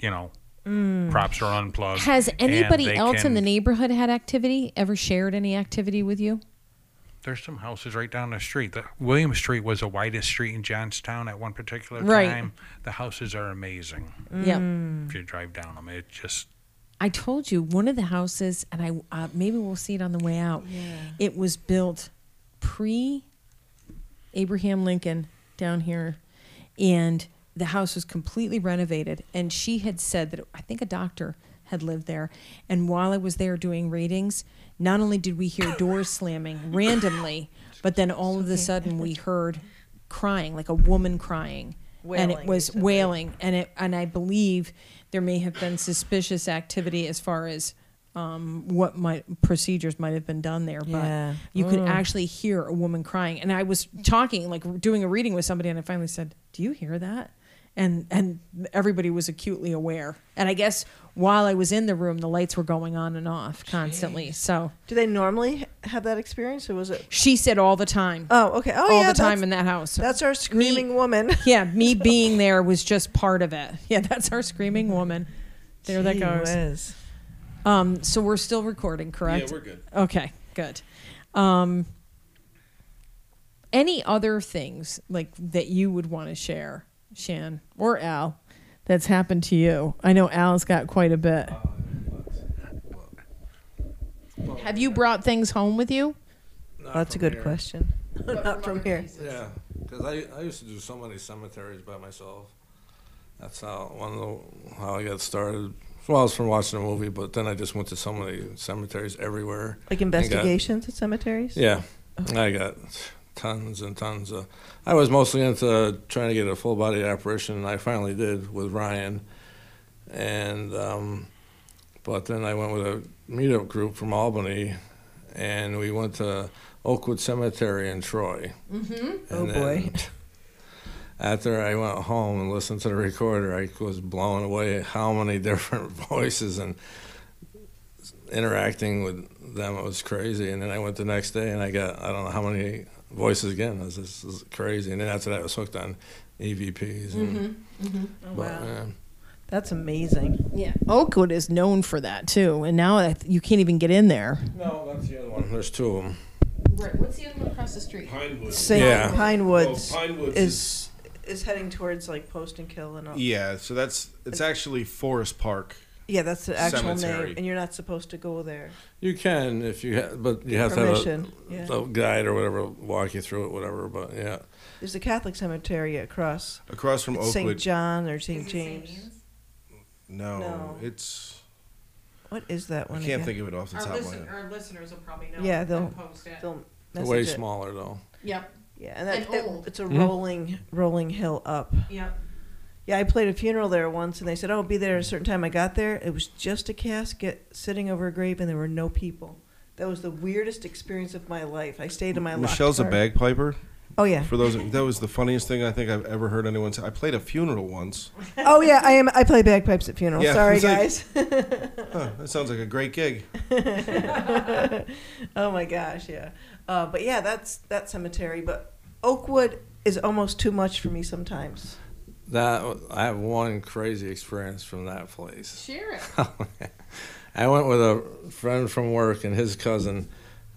S4: you know props are unplugged
S5: Mm. Has
S4: and
S5: anybody
S4: they
S5: else in
S4: can-
S5: the neighborhood had activity? Ever shared any activity with you?
S4: there's some houses right down the street the william street was the widest street in johnstown at one particular
S5: Right.
S4: time the houses are amazing
S5: Yeah.
S4: if you drive down them it just
S5: I told you one of the houses, and I uh, maybe we'll see it on the way out. It was built pre Abraham Lincoln down here, and the house was completely renovated. And she had said that I think a doctor had lived there. And while I was there doing readings, not only did we hear doors slamming randomly, but then all of a sudden we heard crying, like a woman crying, and
S6: Wailing,
S5: it
S6: you
S5: was
S6: said, right?
S5: wailing. And it and I believe there may have been suspicious activity as far as. Um, what might procedures might have been done there, but
S6: Yeah.
S5: you could actually hear a woman crying and i was talking like doing a reading with somebody and i finally said do you hear that and and everybody was acutely aware and i guess while i was in the room the lights were going on and off constantly so
S6: Do they normally have that experience, or was it?
S5: she said all the time
S6: Oh, okay. Oh,
S5: all
S6: yeah,
S5: the time
S6: that's-
S5: in that house
S6: That's our screaming
S5: Me-
S6: woman.
S5: yeah me being there was just part of it yeah that's our screaming woman there that
S6: Gee
S5: goes
S6: whiz.
S5: um so we're still recording correct
S7: we're good.
S5: Okay, good. Um, any other things like that you would want to share, Shan or Al, that's happened to you? I know Al's got quite a bit. Have you brought things home with you?
S6: That's a good question. Not from here.
S3: Yeah, because I, I used to do so many cemeteries by myself. That's how one of the, how I got started. Well, I was from watching a movie, but then I just went to so many cemeteries everywhere.
S6: Like
S3: and got-
S6: investigations at cemeteries.
S3: yeah, I got tons and tons of. I was mostly into trying to get a full body apparition, and I finally did with Ryan. And um, but then I went with a meetup group from Albany, and we went to Oakwood Cemetery in Troy. Mm-hmm.
S6: Oh, boy.
S3: After I went home and listened to the recorder, I was blown away at how many different voices and interacting with them. It was crazy. And then I went the next day and I got, I don't know how many voices again. I was, this is crazy. And then after that, I was hooked on EVPs. And,
S6: Mm-hmm.
S5: Oh,
S3: but, yeah.
S6: That's amazing.
S5: Yeah. Oakwood is known for that too, and now I th- you can't even get in there.
S3: No, that's the other one. There's two of them.
S5: Right. What's the other one across the street?
S7: Pinewoods.
S6: St.
S3: Yeah.
S6: Pine Woods
S7: Pinewoods
S6: is is heading towards like Post and Kill and all.
S7: Yeah, so that's it's actually Forest Park.
S6: Yeah, that's the actual
S7: Cemetery.
S6: name, and you're not supposed to go there.
S3: You can if you, ha- but you have
S7: uh,
S6: Permission,
S3: to
S6: yeah.
S3: have a, a guide or whatever walk you through it, whatever. But yeah,
S6: There's a Catholic cemetery across
S7: Across from
S6: it's St.
S7: Oakwood.
S6: John or St. James.
S7: no,
S6: No.
S7: it's
S6: What is that
S7: I
S6: one?
S7: can't
S6: again?
S7: think of it off the top of my head.
S9: our listeners will probably know.
S6: Yeah, they'll-
S9: and post it.
S6: They'll
S3: it's
S6: message
S3: way
S6: it.
S3: smaller though.
S9: Yep,
S6: Yeah, and, that,
S9: And
S6: it-
S9: old.
S6: it's a
S7: Mm-hmm.
S6: rolling, rolling hill up.
S9: yep.
S6: Yeah, I played a funeral there once, and they said, "Oh, be there at a certain time." I got there; it was just a casket sitting over a grave, and there were no people. That was the weirdest experience of my life. I stayed in my locked
S7: Michelle's a
S6: car.
S7: bagpiper.
S6: Oh yeah.
S7: For those, that was the funniest thing I think I've ever heard anyone say. I played a funeral once.
S6: Oh yeah, I am. I play bagpipes at funerals.
S7: Yeah,
S6: Sorry,
S7: it's like-
S6: guys.
S7: Huh, that sounds like a great gig.
S6: oh my gosh, yeah. Uh, but yeah, that's that cemetery. But Oakwood is almost too much for me sometimes.
S3: That w- I have one crazy experience from that place.
S9: Share it.
S3: I went with a friend from work and his cousin,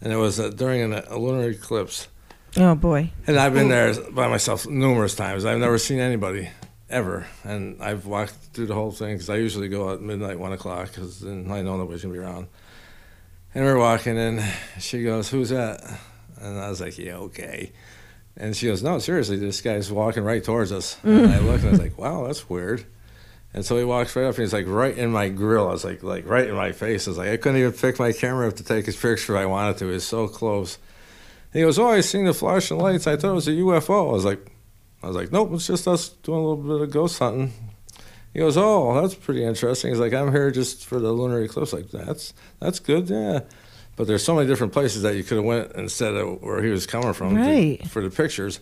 S3: and it was uh, during an, a lunar eclipse.
S6: Oh boy.
S3: And I've been there by myself numerous times. I've never seen anybody ever, and I've walked through the whole thing because I usually go at midnight, one o'clock, because then I know nobody's gonna be around. And we're walking, and she goes, "Who's that?" And I was like, "Yeah, okay." And she goes, "No, seriously, this guy's walking right towards us." And I look, and I was like, "Wow, that's weird." And so he walks right up, and he's like right in my grill. I was like, like right in my face. I was like, I couldn't even pick my camera up to take his picture. if I wanted to. He was so close. He goes, "Oh, I seen the flashing lights. I thought it was a UFO." I was like, "I was like, nope, it's just us doing a little bit of ghost hunting." He goes, "Oh, that's pretty interesting." He's like, "I'm here just for the lunar eclipse." Like, that's that's good, yeah. But there's so many different places that you could have went instead of where he was coming from to-
S6: Right.
S3: for the pictures.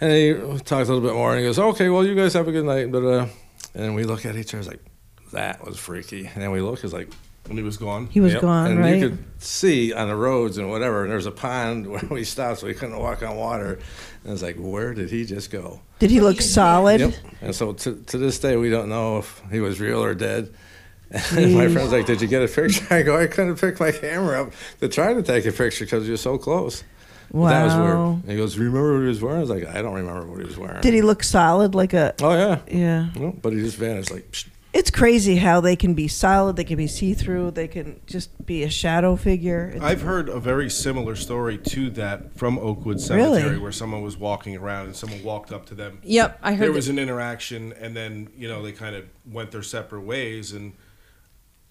S3: And he talked a little bit more, and he goes, "Okay, well, you guys have a good night." But uh, and then we look at each other, it's like, "That was freaky." And then we look, it's like.
S7: When he was gone.
S6: He was
S3: Yep.
S6: gone,
S3: and
S6: right?
S3: you could see on the roads and whatever. And there's a pond where we stopped, so we couldn't walk on water. And it's like, where did he just go?
S6: Did he look solid?
S3: Yep. And so to, to this day, we don't know if he was real or dead. And my friend's like, did you get a picture? I go, I couldn't pick my camera up to try to take a picture because you're so close. But That was
S6: Wow.
S3: weird. And he goes, remember what he was wearing? I was like, I don't remember what he was wearing.
S6: Did he look solid like a?
S3: oh, yeah.
S6: Yeah.
S3: No, but he just vanished. Like, psh.
S6: It's crazy how they can be solid, they can be see through, they can just be a shadow figure. It's-
S7: I've heard a very similar story to that from Oakwood Cemetery,
S6: Really?
S7: where someone was walking around and someone walked up to them.
S5: Yep, I
S7: There
S5: heard.
S7: was
S5: that-
S7: an interaction, and then you know they kind of went their separate ways, and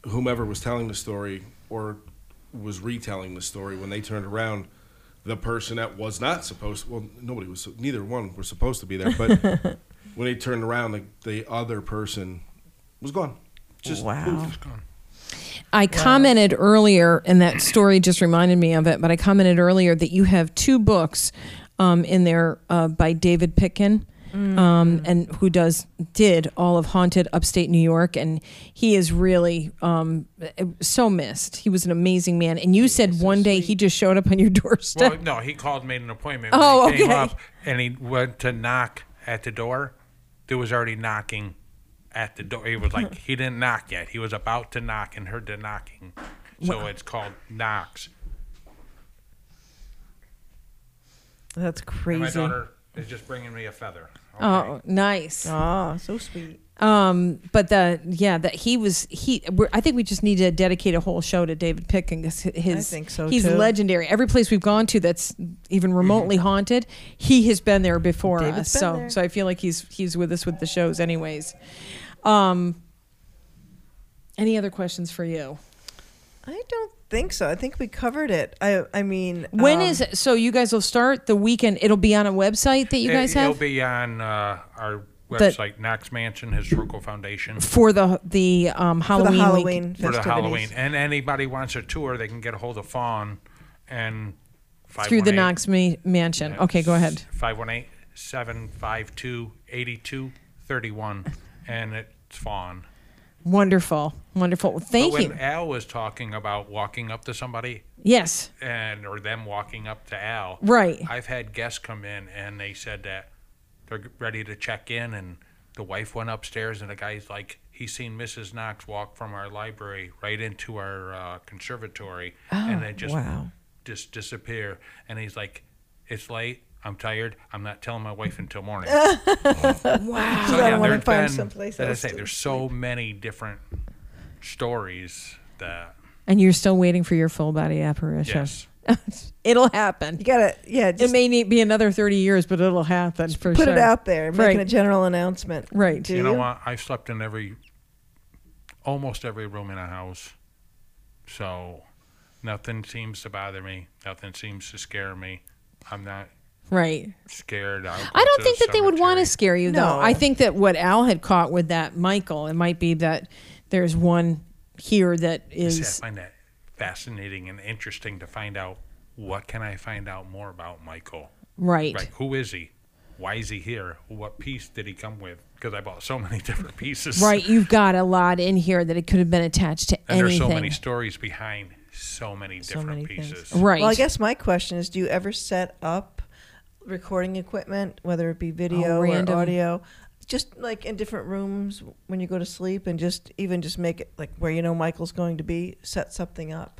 S7: whomever was telling the story or was retelling the story when they turned around. The person that was not supposed, well, nobody was, neither one were supposed to be there. But when they turned around, the, the other person was gone. Just
S6: Wow.
S7: poof.
S5: I commented earlier, and that story just reminded me of it. But I commented earlier that you have two books um, in there uh, by David Pitkin, um, and who does did all of Haunted Upstate New York, and he is really um, so missed. He was an amazing man, and you said one day he just showed up on your doorstep.
S4: Well, no, he called, made an appointment. When
S5: Oh,
S4: he came
S5: okay.
S4: up and he went to knock at the door. There was already knocking at the door. He was like, he didn't knock yet. He was about to knock and heard the knocking. So it's called knocks.
S6: That's
S4: And my
S6: crazy.
S4: daughter is just bringing me a feather. Okay.
S5: Oh, nice.
S6: Oh, so sweet.
S5: Um, but the yeah, that he was he. We're, I think we just need to dedicate a whole show to David Pitkin because his
S6: think so,
S5: he's
S6: too. Mm-hmm.
S5: legendary. Every place we've gone to that's even remotely haunted, he has been there before
S6: David's
S5: us.
S6: been
S5: so
S6: there.
S5: so I feel like he's he's with us with the shows anyways. Um, any other questions for you?
S6: I don't think so. I think we covered it. I I mean,
S5: When
S6: um,
S5: is it? So you guys will start the weekend. It'll be on a website that you guys
S4: it,
S5: have
S4: It'll be on uh, our website, Knox Mansion Historical Foundation.
S5: for the the um,
S6: for
S5: Halloween.
S6: the
S5: week.
S6: Halloween
S4: for the
S6: festivities?
S4: Halloween. And anybody wants a tour, they can get a hold of Fawn and
S5: through the
S4: 518
S5: Knox Ma- Mansion. Okay, go ahead.
S4: 518-752-8231 and it's Fawn.
S5: Wonderful, wonderful. Well, thank
S4: but when
S5: you.
S4: Al was talking about walking up to somebody
S5: Yes.
S4: and or them walking up to Al.
S5: Right.
S4: I've had guests come in and they said that they're g- ready to check in and the wife went upstairs and the guy's like he's seen Mrs. Knox walk from our library right into our uh, conservatory and then just
S6: Oh, wow.
S4: just disappear and he's like it's late I'm tired. I'm not telling my wife until morning.
S5: Wow.
S4: So,
S6: I
S4: yeah,
S6: wanna
S4: there's
S6: find
S4: been-
S6: someplace
S4: as I
S6: else
S4: say,
S6: to
S4: there's so many different stories that
S5: And you're still waiting for your full body apparition.
S4: yes,
S5: It'll happen.
S6: You gotta, yeah,
S5: It
S6: just
S5: may need be another 30 years, but it'll happen for
S6: put
S5: sure.
S6: it out there, making
S5: Right.
S6: a general announcement.
S5: Right.
S6: Do
S4: you know what? I've slept in every, almost every room in a house, so nothing seems to bother me. Nothing seems to scare me. I'm not
S5: Right.
S4: scared. I'll go
S5: I
S4: to
S5: don't
S4: the
S5: think that they would want to
S4: cemetery.
S5: scare you, though.
S6: No.
S5: I think that what Al had caught with that Michael, it might be that there's one here that
S4: See, I
S5: is.
S4: find that fascinating and interesting to find out what can I find out more about Michael.
S5: Right.
S4: Right. Who is he? Why is he here? What piece did he come with? Because I bought so many different pieces.
S5: Right, You've got a lot in here that it could have been attached to
S4: And there's
S5: anything.
S4: so many stories behind so many different
S6: many things.
S4: pieces.
S5: right.
S6: Well, I guess my question is: Do you ever set up recording equipment, whether it be video or
S5: random.
S6: audio, just like in different rooms when you go to sleep, and just even just make it like where you know Michael's going to be, set something up.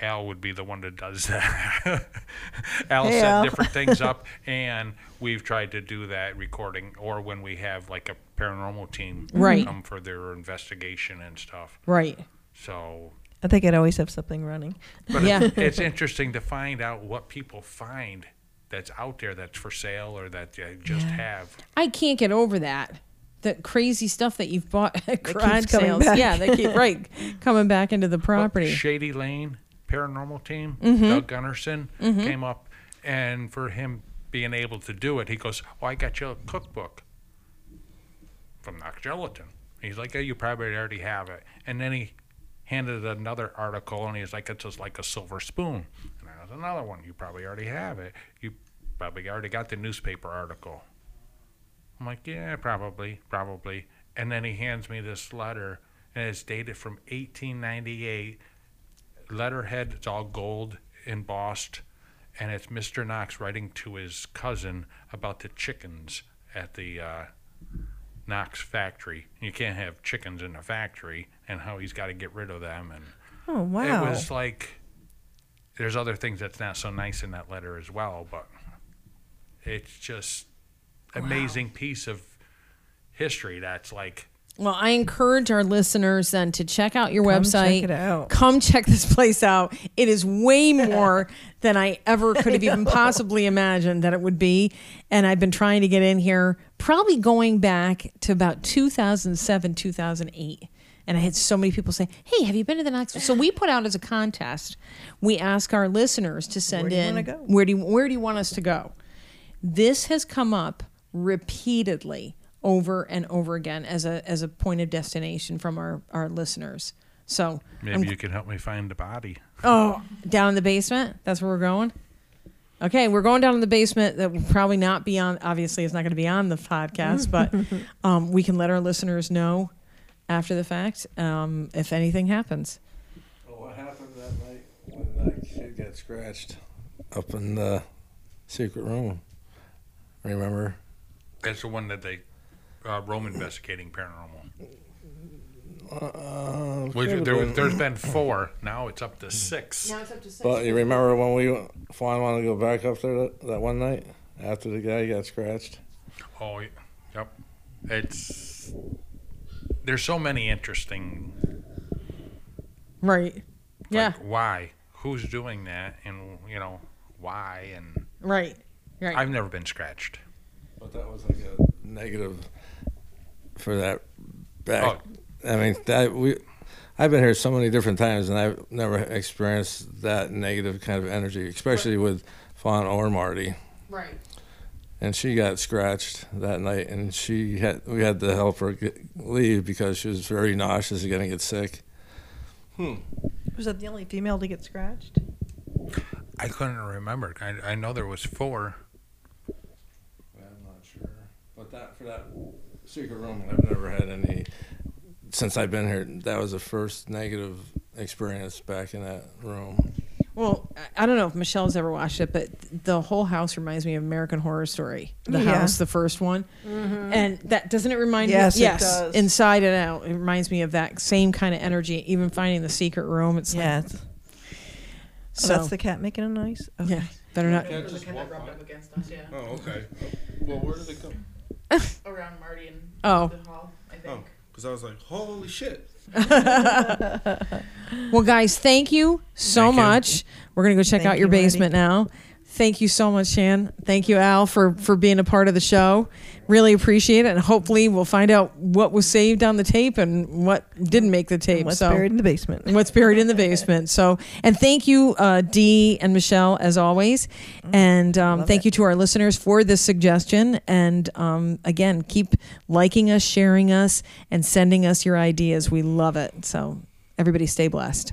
S4: Al would be the one that does that. Al
S6: Hey,
S4: set
S6: Al.
S4: different things up, and we've tried to do that recording or when we have like a paranormal team
S5: Right.
S4: come for their investigation and stuff.
S5: Right.
S4: So
S6: I think I'd always have something running.
S4: But
S5: Yeah.
S4: it's, it's interesting to find out what people find that's out there that's for sale or that they just have.
S5: I can't get over that. The crazy stuff that you've bought at garage
S6: keeps coming
S5: sales.
S6: back.
S5: Yeah, they keep right coming back into the
S4: But
S5: property.
S4: Shady Lane paranormal team, Doug Gunnarsson came up, and for him being able to do it, he goes, "Oh, I got you a cookbook from Knox Gelatin." He's like, "Oh, you probably already have it," and then he handed another article, and he's like, "It's just like a silver spoon." And I was another one. You probably already have it. You probably already got the newspaper article. I'm like, yeah, probably, probably. And then he hands me this letter, and it's dated from 1898. Letterhead, it's all gold embossed, and it's Mr. Knox writing to his cousin about the chickens at the uh, Knox factory. You can't have chickens in a factory, and how he's got to get rid of them. And
S6: Oh wow!
S4: it was like there's other things that's not so nice in that letter as well, but it's just amazing piece of history that's like
S5: Well, I encourage our listeners then to check out your
S6: Come check
S5: website.
S6: it out.
S5: Come check this place out. It is way more than I ever could have even possibly imagined that it would be. And I've been trying to get in here, probably going back to about 2007, 2008. And I had so many people say, Hey, have you been to the Knoxville? So we put out as a contest, we ask our listeners to send
S6: do you
S5: in
S6: wanna go?
S5: where do you, where do you want us to go? This has come up repeatedly over and over again as a as a point of destination from our, our listeners. So
S4: maybe
S5: I'm-
S4: you can help me find the body.
S5: oh down in the basement? That's where we're going? Okay, we're going down in the basement. That will probably not be on obviously it's not gonna be on the podcast, but um, we can let our listeners know after the fact, um, if anything happens.
S3: What happened that night when that kid got scratched up in the secret room? Remember?
S4: That's the one that they uh, Rome investigating paranormal.
S3: Uh,
S4: Which,
S3: could've
S4: there,
S3: been.
S4: there's been four. Now it's up to six.
S3: But you remember when we finally wanted to go back up there that, that one night after the guy got scratched?
S4: Oh, y- yep. It's there's so many interesting
S5: Right. yeah.
S4: like, why who's doing that and you know why and
S5: Right. Right.
S4: I've never been scratched.
S3: But that was like a negative for that back. I mean, that we. I've been here so many different times, and I've never experienced that negative kind of energy, especially with Fawn or Marty.
S5: right.
S3: and she got scratched that night and she had we had to help her get, leave because she was very nauseous and going to get sick
S6: was that the only female to get scratched?
S4: I couldn't remember. I, I know there was four.
S3: i'm not sure but that for that secret room i've never had any since i've been here that was the first negative experience back in that room
S5: Well, I- I don't know if Michelle's ever watched it, but th- the whole house reminds me of American Horror Story. The
S6: Yeah.
S5: house, the first one, and that doesn't it remind
S6: Yes, it
S5: you? yes,
S6: does.
S5: Inside and Out. It reminds me of that same kind of energy.
S6: Oh,
S5: Even finding the secret room, it's like
S6: Yes.
S5: so.
S6: that's the cat making a noise. Okay.
S5: yeah, that are not.
S7: just
S9: They
S7: walk
S9: kind of rubbed
S7: by?
S9: up against us, yeah.
S7: Oh, okay. Well, where do they come?
S9: Around Marty and
S5: Oh.
S9: the hall, I think.
S7: because I was like, holy shit.
S5: Well, guys, thank you so
S4: Thank you.
S5: much. We're gonna go check
S6: Thank
S5: out your
S6: you, Marty.
S5: basement now. Thank you so much, Shan. Thank you, Al, for for being a part of the show. Really appreciate it, and hopefully, we'll find out what was saved on the tape and what didn't make the tape.
S6: What's
S5: so.
S6: buried in the basement?
S5: What's buried in the basement. So, and thank you, uh, Dee and Michelle, as always. And um,
S6: Mm-hmm. Love
S5: thank
S6: it.
S5: you to our listeners for this suggestion. And um, again, keep liking us, sharing us, and sending us your ideas. We love it. So, everybody stay blessed.